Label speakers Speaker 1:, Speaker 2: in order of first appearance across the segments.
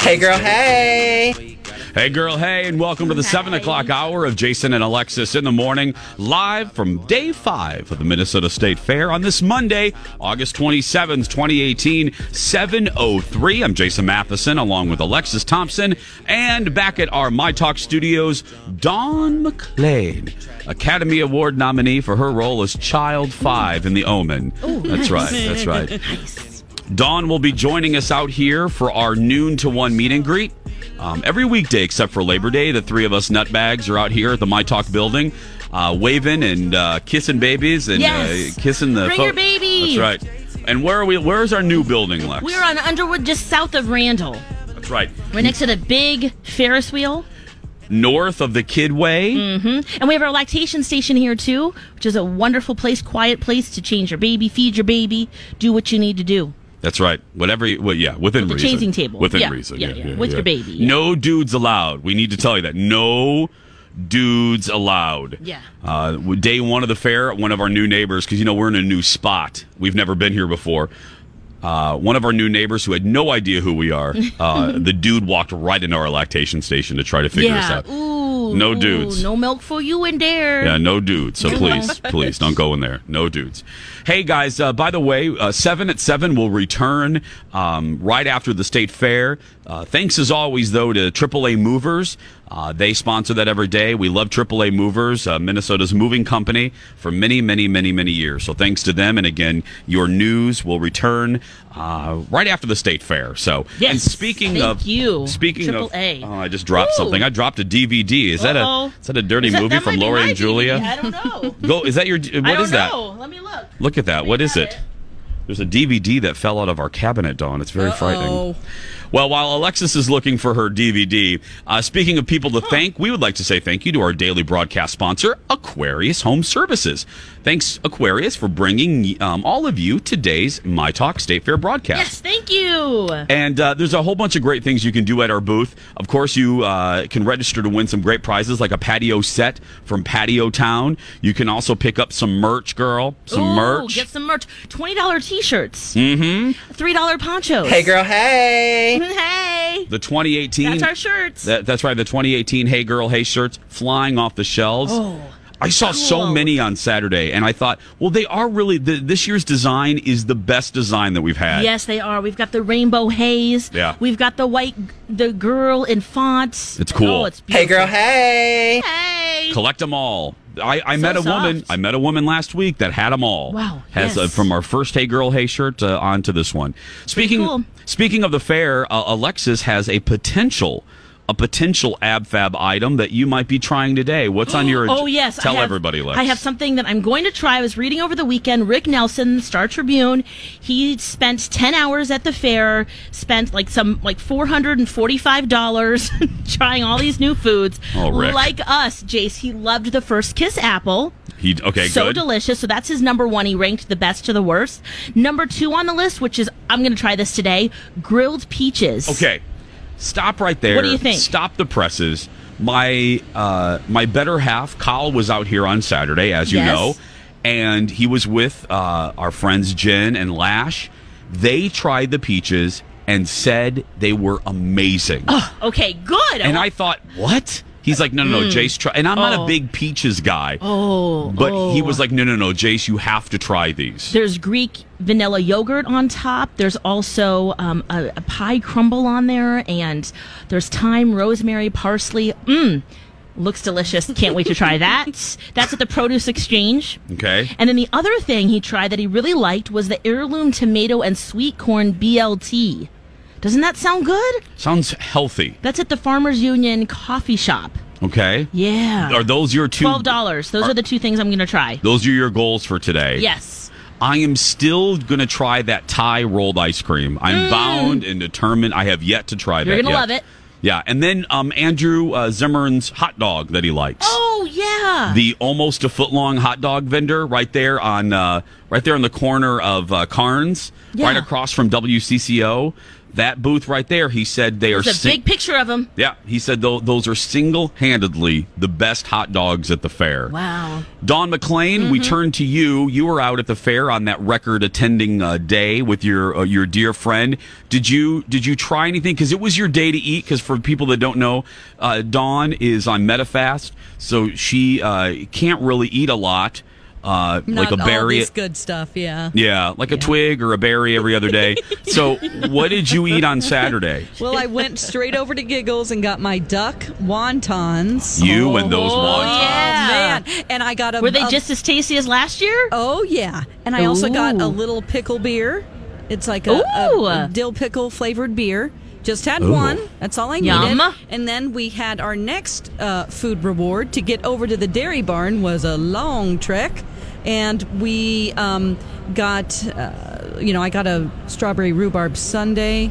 Speaker 1: Hey, girl. Hey.
Speaker 2: Hey, girl, hey, and welcome to the 7 o'clock hour of Jason and Alexis in the morning, live from day five of the Minnesota State Fair on this Monday, August 27th, 2018, 7.03. I'm Jason Matheson, along with Alexis Thompson, and back at our My Talk studios, Dawn McClain, Academy Award nominee for her role as Child 5 in The Omen. that's right, that's right. Dawn will be joining us out here for our noon to one meet and greet. Um, every weekday except for Labor Day, the three of us nutbags are out here at the My Talk building, uh, waving and uh, kissing babies and
Speaker 3: Yes.
Speaker 2: uh, kissing the.
Speaker 3: Bring your baby.
Speaker 2: That's right. And where are we? Where's our new building, Lex?
Speaker 3: We're on Underwood, just south of Randall.
Speaker 2: That's right.
Speaker 3: We're next to the big Ferris wheel,
Speaker 2: North of the
Speaker 3: Mm-hmm.
Speaker 2: Kidway.
Speaker 3: and we have our lactation station here too, which is a wonderful place, quiet place to change your baby, feed your baby, do what you need to do.
Speaker 2: That's right. Whatever. You, well, yeah, within
Speaker 3: With the
Speaker 2: reason.
Speaker 3: changing table.
Speaker 2: Within
Speaker 3: Yeah,
Speaker 2: reason.
Speaker 3: yeah,
Speaker 2: Yeah,
Speaker 3: yeah.
Speaker 2: yeah,
Speaker 3: With
Speaker 2: yeah.
Speaker 3: your baby, yeah.
Speaker 2: No dudes allowed. We need to tell you that. No dudes allowed.
Speaker 3: Yeah.
Speaker 2: Uh, day one of the fair, one of our new neighbors, because you know we're in a new spot. We've never been here before. Uh, one of our new neighbors who had no idea who we are, uh, the dude walked right into our lactation station to try to figure us out.
Speaker 3: Ooh.
Speaker 2: No
Speaker 3: ooh,
Speaker 2: dudes.
Speaker 3: No milk for you in there.
Speaker 2: Yeah, no dudes. So please, please don't go in there. No dudes. Hey guys, uh, by the way, uh, seven at seven will return um, right after the state fair. Uh, thanks as always though to AAA Movers. Uh, they sponsor that every day. We love AAA Movers, uh, Minnesota's moving company, for many, many, many, many years. So thanks to them. And again, your news will return uh, right after the state fair. So
Speaker 3: Yes.
Speaker 2: and speaking
Speaker 3: Thank
Speaker 2: of
Speaker 3: you,
Speaker 2: speaking
Speaker 3: AAA.
Speaker 2: of, oh, I just dropped
Speaker 3: Ooh.
Speaker 2: something. I dropped a DVD. Is that a
Speaker 3: Uh-oh.
Speaker 2: is that a dirty
Speaker 3: Is that-
Speaker 2: movie
Speaker 3: that
Speaker 2: from
Speaker 3: might be
Speaker 2: Laura
Speaker 3: my
Speaker 2: and Julia?
Speaker 3: DVD. I don't know.
Speaker 2: Go. Is that your? What is
Speaker 3: I don't
Speaker 2: that?
Speaker 3: know. Let me look.
Speaker 2: Look at that. What is
Speaker 3: got
Speaker 2: it? There's a DVD that fell out of our cabinet, Dawn. It's very frightening. Well, while Alexis is looking for her DVD, uh, speaking of people to thank, we would like to say thank you to our daily broadcast sponsor, Aquarius Home Services. Thanks, Aquarius, for bringing um, all of you today's My Talk State Fair broadcast.
Speaker 3: Yes, thank you.
Speaker 2: And uh, there's a whole bunch of great things you can do at our booth. Of course, you uh, can register to win some great prizes like a patio set from Patio Town. You can also pick up some merch, girl. Some
Speaker 3: Ooh,
Speaker 2: merch.
Speaker 3: Get some merch. Twenty dollar t-shirts. Mm-hmm. Three dollar ponchos.
Speaker 1: Hey, girl. Hey.
Speaker 3: Hey.
Speaker 2: the 2018.
Speaker 3: That's our shirts.
Speaker 2: That- that's right. The 2018 Hey Girl Hey shirts flying off the shelves.
Speaker 3: Oh,
Speaker 2: I saw so
Speaker 3: cool.
Speaker 2: many on Saturday, and I thought, well, they are really the, this year's design is the best design that we've had.
Speaker 3: Yes, they are. We've got the rainbow haze.
Speaker 2: Yeah.
Speaker 3: We've got the white, the girl in fonts.
Speaker 2: It's cool.
Speaker 3: Oh, it's
Speaker 1: Hey,
Speaker 3: beautiful.
Speaker 1: girl. Hey.
Speaker 3: Hey.
Speaker 2: collect them all. I, I
Speaker 3: So
Speaker 2: met a
Speaker 3: soft.
Speaker 2: woman. I met a woman last week that had them all.
Speaker 3: Wow,
Speaker 2: Has
Speaker 3: yes.
Speaker 2: uh, from our first Hey Girl Hey shirt uh, on to this one. Speaking
Speaker 3: cool.
Speaker 2: speaking of the fair, uh, Alexis has a potential a potential ab fab item that you might be trying today. What's on your?
Speaker 3: Oh yes,
Speaker 2: tell
Speaker 3: I have,
Speaker 2: everybody. Lex.
Speaker 3: I have something that I'm going to try. I was reading over the weekend. Rick Nelson, Star Tribune. He spent ten hours at the fair. Spent like some like four hundred and forty five dollars trying all these new foods.
Speaker 2: Oh, Rick.
Speaker 3: Like us, Jace. He loved the first kiss apple.
Speaker 2: He okay.
Speaker 3: so
Speaker 2: good.
Speaker 3: delicious. So that's his number one. He ranked the best to the worst. Number two on the list, which is I'm going to try this today, grilled peaches.
Speaker 2: Okay, stop right there.
Speaker 3: What do you think?
Speaker 2: Stop the presses. My uh, my better half, Kyle, was out here on Saturday, as you
Speaker 3: Yes.
Speaker 2: know, and he was with uh, our friends Jen and Lash. They tried the peaches and said they were amazing.
Speaker 3: Oh. Okay, good.
Speaker 2: and I thought, what? He's like, no, no,
Speaker 3: Mm.
Speaker 2: no, Jace, try. And I'm
Speaker 3: Oh.
Speaker 2: not a big peaches guy. Oh. But he was like, no, no, no, Jace, you have to try these.
Speaker 3: There's Greek vanilla yogurt on top. There's also um, a, a pie crumble on there, and there's thyme, rosemary, parsley. Mmm, looks delicious. Can't wait to try that. That's at the Produce Exchange.
Speaker 2: Okay.
Speaker 3: And then the other thing he tried that he really liked was the heirloom tomato and sweet corn BLT. Doesn't that sound good?
Speaker 2: Sounds healthy.
Speaker 3: That's at the Farmers Union Coffee Shop.
Speaker 2: Okay.
Speaker 3: Yeah.
Speaker 2: Are those your two?
Speaker 3: Twelve dollars. Those
Speaker 2: Are-
Speaker 3: are, the two things I'm going to try.
Speaker 2: Those are your goals for today.
Speaker 3: Yes.
Speaker 2: I am still going to try that Thai rolled ice cream. I'm bound and determined. I have yet to try
Speaker 3: Mm. You're
Speaker 2: that.
Speaker 3: gonna
Speaker 2: yet.
Speaker 3: love it.
Speaker 2: Yeah. And then um, Andrew uh, Zimmern's hot dog that he likes.
Speaker 3: Oh yeah.
Speaker 2: The almost a foot long hot dog vendor right there on uh, right there on the corner of uh, Carnes,
Speaker 3: Yeah.
Speaker 2: right across from WCCO. That booth right there, he said they are
Speaker 3: There's a
Speaker 2: sing-
Speaker 3: big picture of him.
Speaker 2: Yeah, he said tho- those are single handedly the best hot dogs at the fair.
Speaker 3: Wow.
Speaker 2: Don McLean,
Speaker 4: Mm-hmm.
Speaker 2: we turn to you. You were out at the fair on that record attending uh, day with your uh, your dear friend. Did you did you try anything? Because it was your day to eat. Because for people that don't know, uh, Dawn is on Metafast, so she uh, can't really eat a lot, uh, like
Speaker 4: Not
Speaker 2: a
Speaker 4: all
Speaker 2: berry.
Speaker 4: this good stuff. Yeah.
Speaker 2: yeah, like a twig or a berry every other day. so, what did you eat on Saturday?
Speaker 4: Well, I went straight over to Giggles and got my duck wontons.
Speaker 2: You and those
Speaker 3: Oh,
Speaker 2: wontons.
Speaker 3: yeah.
Speaker 4: Man, and I got a.
Speaker 3: Were they
Speaker 4: a-
Speaker 3: just as tasty as last year?
Speaker 4: Oh yeah, and I also got a
Speaker 3: Ooh.
Speaker 4: little pickle beer. It's like a, a-
Speaker 3: Ooh.
Speaker 4: a dill pickle flavored beer. Just had
Speaker 2: Ooh.
Speaker 4: one. That's all I needed.
Speaker 3: Yum.
Speaker 4: And then we had our next uh, food reward to get over to the dairy barn was a long trek, and we um, got uh, you know I got a strawberry rhubarb sundae.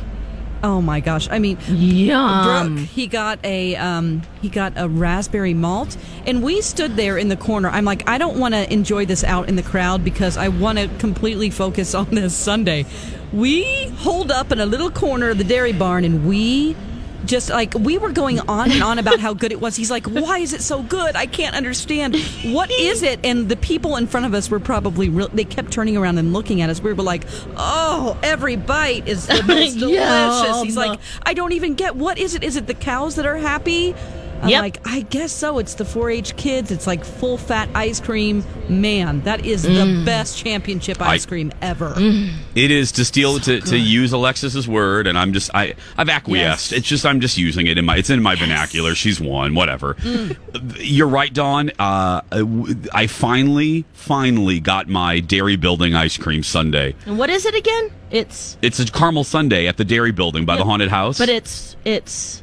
Speaker 4: Oh my gosh! I mean,
Speaker 3: Yum. Um,
Speaker 4: Brooke, he got a um, he got a raspberry malt, and we stood there in the corner. I'm like, I don't want to enjoy this out in the crowd because I want to completely focus on this Sunday. We holed up in a little corner of the dairy barn, and we just like we were going on and on about how good it was. He's like, "Why is it so good? I can't understand. What is it?" And the people in front of us were probably real, they kept turning around and looking at us. We were like, "Oh, every bite is the most delicious." He's
Speaker 3: Yum.
Speaker 4: like, I don't even get what is it? Is it the cows that are happy? I'm
Speaker 3: Yep.
Speaker 4: like, I guess so. It's the 4-H kids. It's like full fat ice cream. Man, that is
Speaker 3: Mm.
Speaker 4: the best championship ice cream ever.
Speaker 2: It is to steal to, to use Alexis's word, and I'm just I I've acquiesced.
Speaker 4: Yes.
Speaker 2: It's just I'm just using it in my it's in my vernacular. She's won, whatever.
Speaker 4: Mm.
Speaker 2: You're right, Dawn. Uh, I w- I finally finally got my dairy building ice cream sundae.
Speaker 3: and what is it again? It's
Speaker 2: It's a caramel sundae at the dairy building by the haunted house.
Speaker 3: but it's it's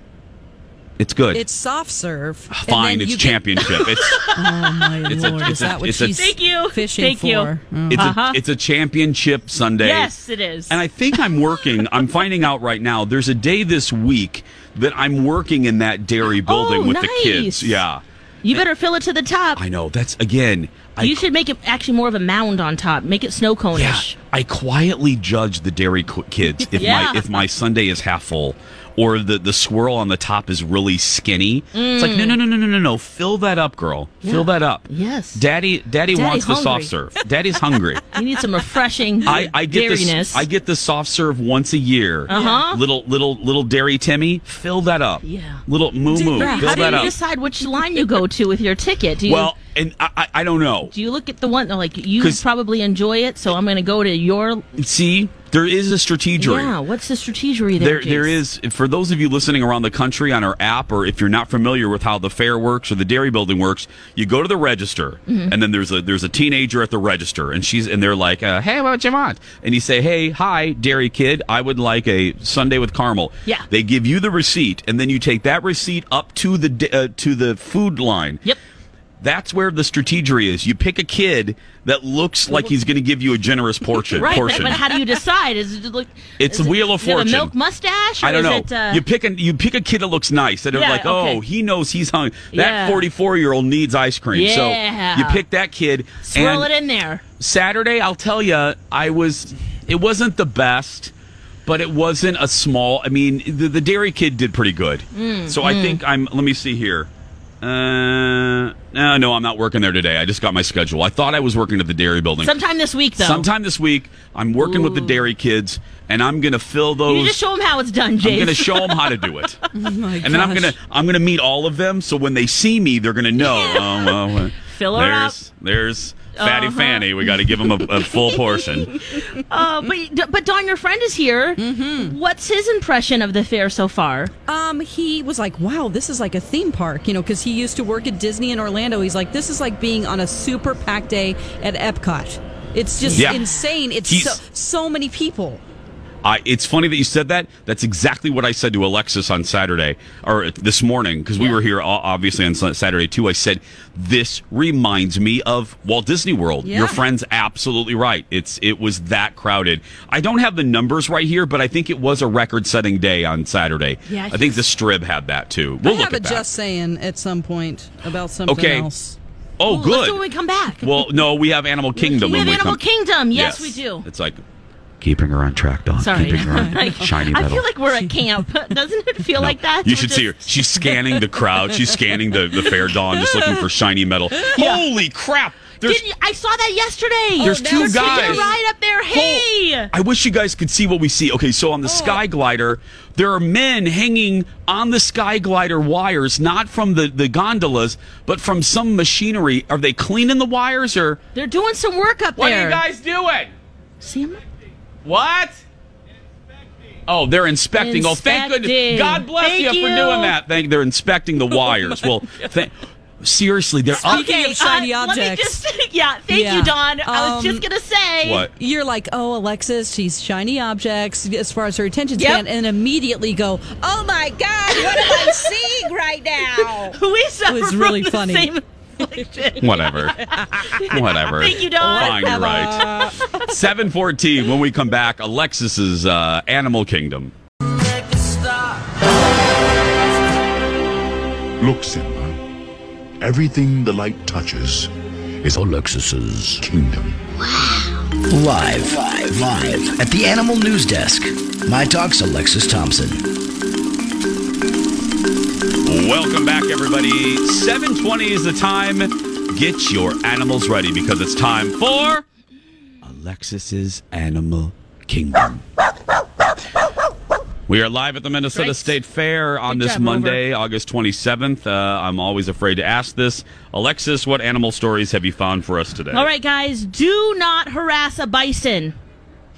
Speaker 2: it's good.
Speaker 4: It's soft serve. and
Speaker 2: Ah, fine.
Speaker 4: then
Speaker 2: It's
Speaker 4: you get-
Speaker 2: championship. it's
Speaker 4: oh my
Speaker 2: a-
Speaker 4: lord!
Speaker 2: it's
Speaker 4: is
Speaker 2: a-
Speaker 4: that what
Speaker 2: it's a-
Speaker 4: she's
Speaker 3: Thank you.
Speaker 4: fishing
Speaker 3: Thank you.
Speaker 4: for? Oh.
Speaker 2: it's
Speaker 3: Uh-huh.
Speaker 2: a it's a championship sundae.
Speaker 3: yes, it is.
Speaker 2: And I think I'm working. I'm finding out right now. There's a day this week that I'm working in that dairy building
Speaker 3: Oh,
Speaker 2: with the
Speaker 3: nice.
Speaker 2: kids. Yeah,
Speaker 3: you better fill it to the top.
Speaker 2: I know. That's again. I,
Speaker 3: you should make it actually more of a mound on top. Make it snow
Speaker 2: yeah,
Speaker 3: cone-ish.
Speaker 2: I quietly judge the dairy qu- kids if
Speaker 3: Yeah.
Speaker 2: my if my Sunday is half full or the the swirl on the top is really skinny. It's like no
Speaker 3: Mm.
Speaker 2: no no no no no no. Fill that up, girl. Fill that up.
Speaker 3: Yes.
Speaker 2: Daddy daddy
Speaker 3: Daddy's
Speaker 2: wants the soft
Speaker 3: hungry.
Speaker 2: serve. Daddy's hungry.
Speaker 3: You need some refreshing
Speaker 2: I, I get
Speaker 3: dairiness.
Speaker 2: this. I get the soft serve once a year.
Speaker 3: Uh-huh.
Speaker 2: Little little little dairy Timmy, fill that up.
Speaker 3: Yeah.
Speaker 2: Little moo moo,
Speaker 3: Yeah,
Speaker 2: fill
Speaker 3: How do you
Speaker 2: that up.
Speaker 3: decide which line you go to with your ticket? Do you
Speaker 2: well, and I, I I don't know.
Speaker 3: do you look at the one like you
Speaker 2: 'Cause-
Speaker 3: probably enjoy it, so I'm going to go to your
Speaker 2: See, there is a strategery.
Speaker 3: yeah. What's the strategy there?
Speaker 2: There, there
Speaker 3: Jace?
Speaker 2: is for those of you listening around the country on our app, or if you're not familiar with how the fair works or the dairy building works, you go to the register, and then there's a there's a teenager at the register, and she's and they're like, uh, "Hey, what you want?" And you say, "Hey, hi, dairy kid, I would like a Sunday with caramel."
Speaker 3: Yeah.
Speaker 2: they give you the receipt, and then you take that receipt up to the da- uh, to the food line.
Speaker 3: Yep.
Speaker 2: That's where the strategery is. You pick a kid that looks like he's going to give you a generous portion.
Speaker 3: Right, but,
Speaker 2: portion.
Speaker 3: but how do you decide? Is it like
Speaker 2: It's
Speaker 3: is it-
Speaker 2: Wheel of
Speaker 3: do you have
Speaker 2: Fortune.
Speaker 3: a milk mustache? Or
Speaker 2: I don't know.
Speaker 3: Is it, uh,
Speaker 2: you pick a you pick a kid that looks nice. That are
Speaker 3: Yeah,
Speaker 2: like,
Speaker 3: okay.
Speaker 2: oh, he knows he's hungry.
Speaker 3: Yeah.
Speaker 2: That forty four year old needs ice cream.
Speaker 3: Yeah.
Speaker 2: So you pick that kid.
Speaker 3: swirl
Speaker 2: and
Speaker 3: it in there.
Speaker 2: Saturday, I'll tell you, I was. It wasn't the best, but it wasn't
Speaker 3: Mm,
Speaker 2: a small. I mean, the, the dairy kid did pretty good. so I think I'm. Let me see here. Uh, no, no, I'm not working there today. I just got my schedule. I thought I was working at the dairy building.
Speaker 3: Sometime this week, though.
Speaker 2: Sometime this week, I'm working with the dairy kids, and I'm gonna fill those.
Speaker 3: You just show them how it's done,
Speaker 2: I'm
Speaker 3: Jason. Oh
Speaker 2: gonna show them how to do it,
Speaker 4: my
Speaker 2: and then I'm
Speaker 4: gosh.
Speaker 2: gonna I'm gonna meet all of them. So when they see me, they're gonna know. Oh, well, well,
Speaker 3: Fill her up. Uh-huh.
Speaker 2: there's, There's Fatty Fanny. We got to give them a, a full portion.
Speaker 3: Uh, but but Don, your friend is here. What's his impression of the fair so far?
Speaker 4: Um, he was like, "Wow, this is like a theme park," you know, because he used to work at Disney in Orlando. He's like, "This is like being on a super packed day at Epcot. It's just
Speaker 2: Yeah.
Speaker 4: insane. It's
Speaker 2: He's-
Speaker 4: so so many people."
Speaker 2: I, it's funny that you said that. That's exactly what I said to Alexis on Saturday or this morning because we were here o- obviously on Sa- Saturday too. I said this reminds me of Walt Disney World.
Speaker 4: Yeah.
Speaker 2: Your friend's absolutely right. It's it was that crowded. I don't have the numbers right here, but I think it was a record-setting day on Saturday.
Speaker 3: Yeah, I
Speaker 2: I think the Strib had that too. We'll
Speaker 4: I
Speaker 2: look
Speaker 4: have
Speaker 2: at
Speaker 4: a
Speaker 2: that.
Speaker 4: just saying at some point about something
Speaker 2: Okay.
Speaker 4: else.
Speaker 2: oh,
Speaker 3: Let's do it when we
Speaker 2: good.
Speaker 3: come back.
Speaker 2: Well, no, we have Animal Kingdom.
Speaker 3: we
Speaker 2: when
Speaker 3: have Animal
Speaker 2: come-
Speaker 3: Kingdom. Yes, we do.
Speaker 2: It's like keeping her on track, Don.
Speaker 3: Sorry.
Speaker 2: Keeping her on
Speaker 3: Like,
Speaker 2: shiny
Speaker 3: I
Speaker 2: metal.
Speaker 3: feel like we're at camp. Doesn't it feel like that?
Speaker 2: You
Speaker 3: We're
Speaker 2: should see her.
Speaker 3: just-
Speaker 2: She's scanning the crowd. She's scanning the, the fair dawn, just looking for shiny metal. Holy crap! There's
Speaker 3: Did you- Oh, I saw that yesterday.
Speaker 2: there's
Speaker 3: They're
Speaker 2: two
Speaker 3: taking a
Speaker 2: guys.
Speaker 3: ride up there. Hey. Oh.
Speaker 2: Hol- I wish you guys could see what we see. Okay, so on the sky glider, there are men hanging on the sky glider wires, not from the, the gondolas, but from some machinery. Are they cleaning the wires or
Speaker 3: They're doing some work up there.
Speaker 2: guys doing?
Speaker 3: See 'em?
Speaker 2: What? Oh, they're inspecting. Oh, thank
Speaker 3: Inspecting.
Speaker 2: goodness. God bless
Speaker 3: Thank
Speaker 2: you for
Speaker 3: you.
Speaker 2: doing that. Thank. They're inspecting the wires. well, thank, seriously, they're up.
Speaker 4: Speaking of shiny
Speaker 3: uh, Let me
Speaker 4: objects.
Speaker 3: just, yeah, thank
Speaker 4: Yeah.
Speaker 3: you, Don. I was
Speaker 4: Um,
Speaker 3: just gonna say.
Speaker 2: What?
Speaker 4: You're like, oh, Alexis, she's shiny objects as far as her attention
Speaker 3: Yep.
Speaker 4: span, and immediately go, oh my God, what am I seeing right now?
Speaker 3: We suffer
Speaker 4: was really
Speaker 3: from
Speaker 4: funny.
Speaker 3: the same affliction.
Speaker 2: Whatever. Whatever.
Speaker 3: Thank you, Don.
Speaker 2: Fine, you're right. 714, when we come back, Alexis's uh, Animal Kingdom.
Speaker 5: Look, Simba. Everything the light touches is Alexis's kingdom.
Speaker 6: Live, live at the Animal News Desk. My talk's Alexis Thompson.
Speaker 2: Welcome back, everybody. 720 is the time. Get your animals ready because it's time for Alexis's Animal Kingdom. We are live at the Minnesota
Speaker 3: Great.
Speaker 2: State Fair on
Speaker 3: Good
Speaker 2: this
Speaker 3: job,
Speaker 2: Monday, August 27th. Uh, I'm always afraid to ask this. Alexis, what animal stories have you found for us today?
Speaker 3: All right, guys, do not harass a bison.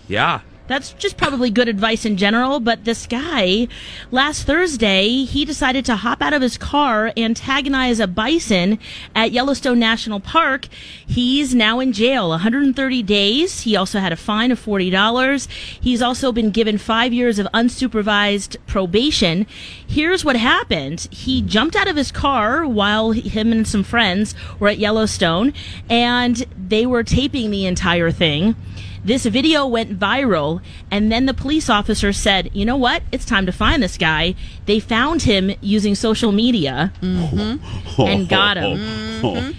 Speaker 2: Yeah.
Speaker 3: That's just probably good advice in general, but this guy, last Thursday, he decided to hop out of his car, antagonize a bison at Yellowstone National Park. He's now in jail 130 days. He also had a fine of $40. He's also been given five years of unsupervised probation. Here's what happened he jumped out of his car while him and some friends were at Yellowstone, and they were taping the entire thing. This video went viral, and then the police officer said, You know what? It's time to find this guy. They found him using social media and got him.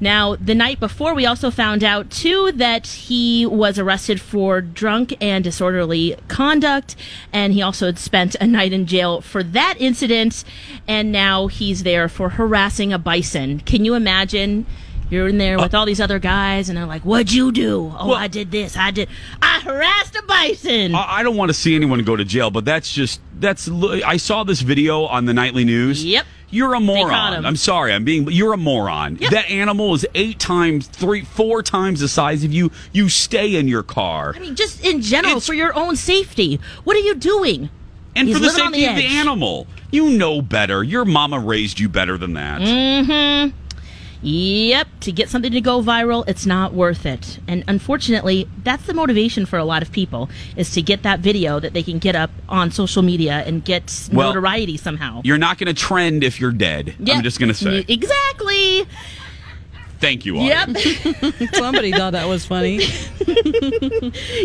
Speaker 3: Now, the night before, we also found out, too, that he was arrested for drunk and disorderly conduct, and he also had spent a night in jail for that incident, and now he's there for harassing a bison. Can you imagine? You're in there with all these other guys, and they're like, What'd you do? Oh, I did this. I did. I harassed a bison.
Speaker 2: I I don't want to see anyone go to jail, but that's just that's. li- I saw this video on the nightly news.
Speaker 3: Yep.
Speaker 2: You're a
Speaker 3: caught
Speaker 2: moron.
Speaker 3: him.
Speaker 2: I'm sorry. I'm being. You're a moron. That animal is eight times, three, four times the size of you. You stay in your car,
Speaker 3: I mean, just in general,
Speaker 2: It's-
Speaker 3: for your own safety. What are you doing?
Speaker 2: and
Speaker 3: he's
Speaker 2: for the
Speaker 3: living on
Speaker 2: safety
Speaker 3: the
Speaker 2: of the
Speaker 3: edge.
Speaker 2: animal, you know better. Your mama raised you better than that.
Speaker 3: Mm. Yep, to get something to go viral, it's not worth it. And unfortunately, that's the motivation for a lot of people is to get that video that they can get up on social media and get
Speaker 2: Well,
Speaker 3: notoriety somehow.
Speaker 2: You're not going to trend if you're dead.
Speaker 3: Yeah.
Speaker 2: I'm just going to say
Speaker 3: Exactly.
Speaker 2: thank you.
Speaker 3: Yep.
Speaker 2: Audience.
Speaker 4: Somebody thought that was funny.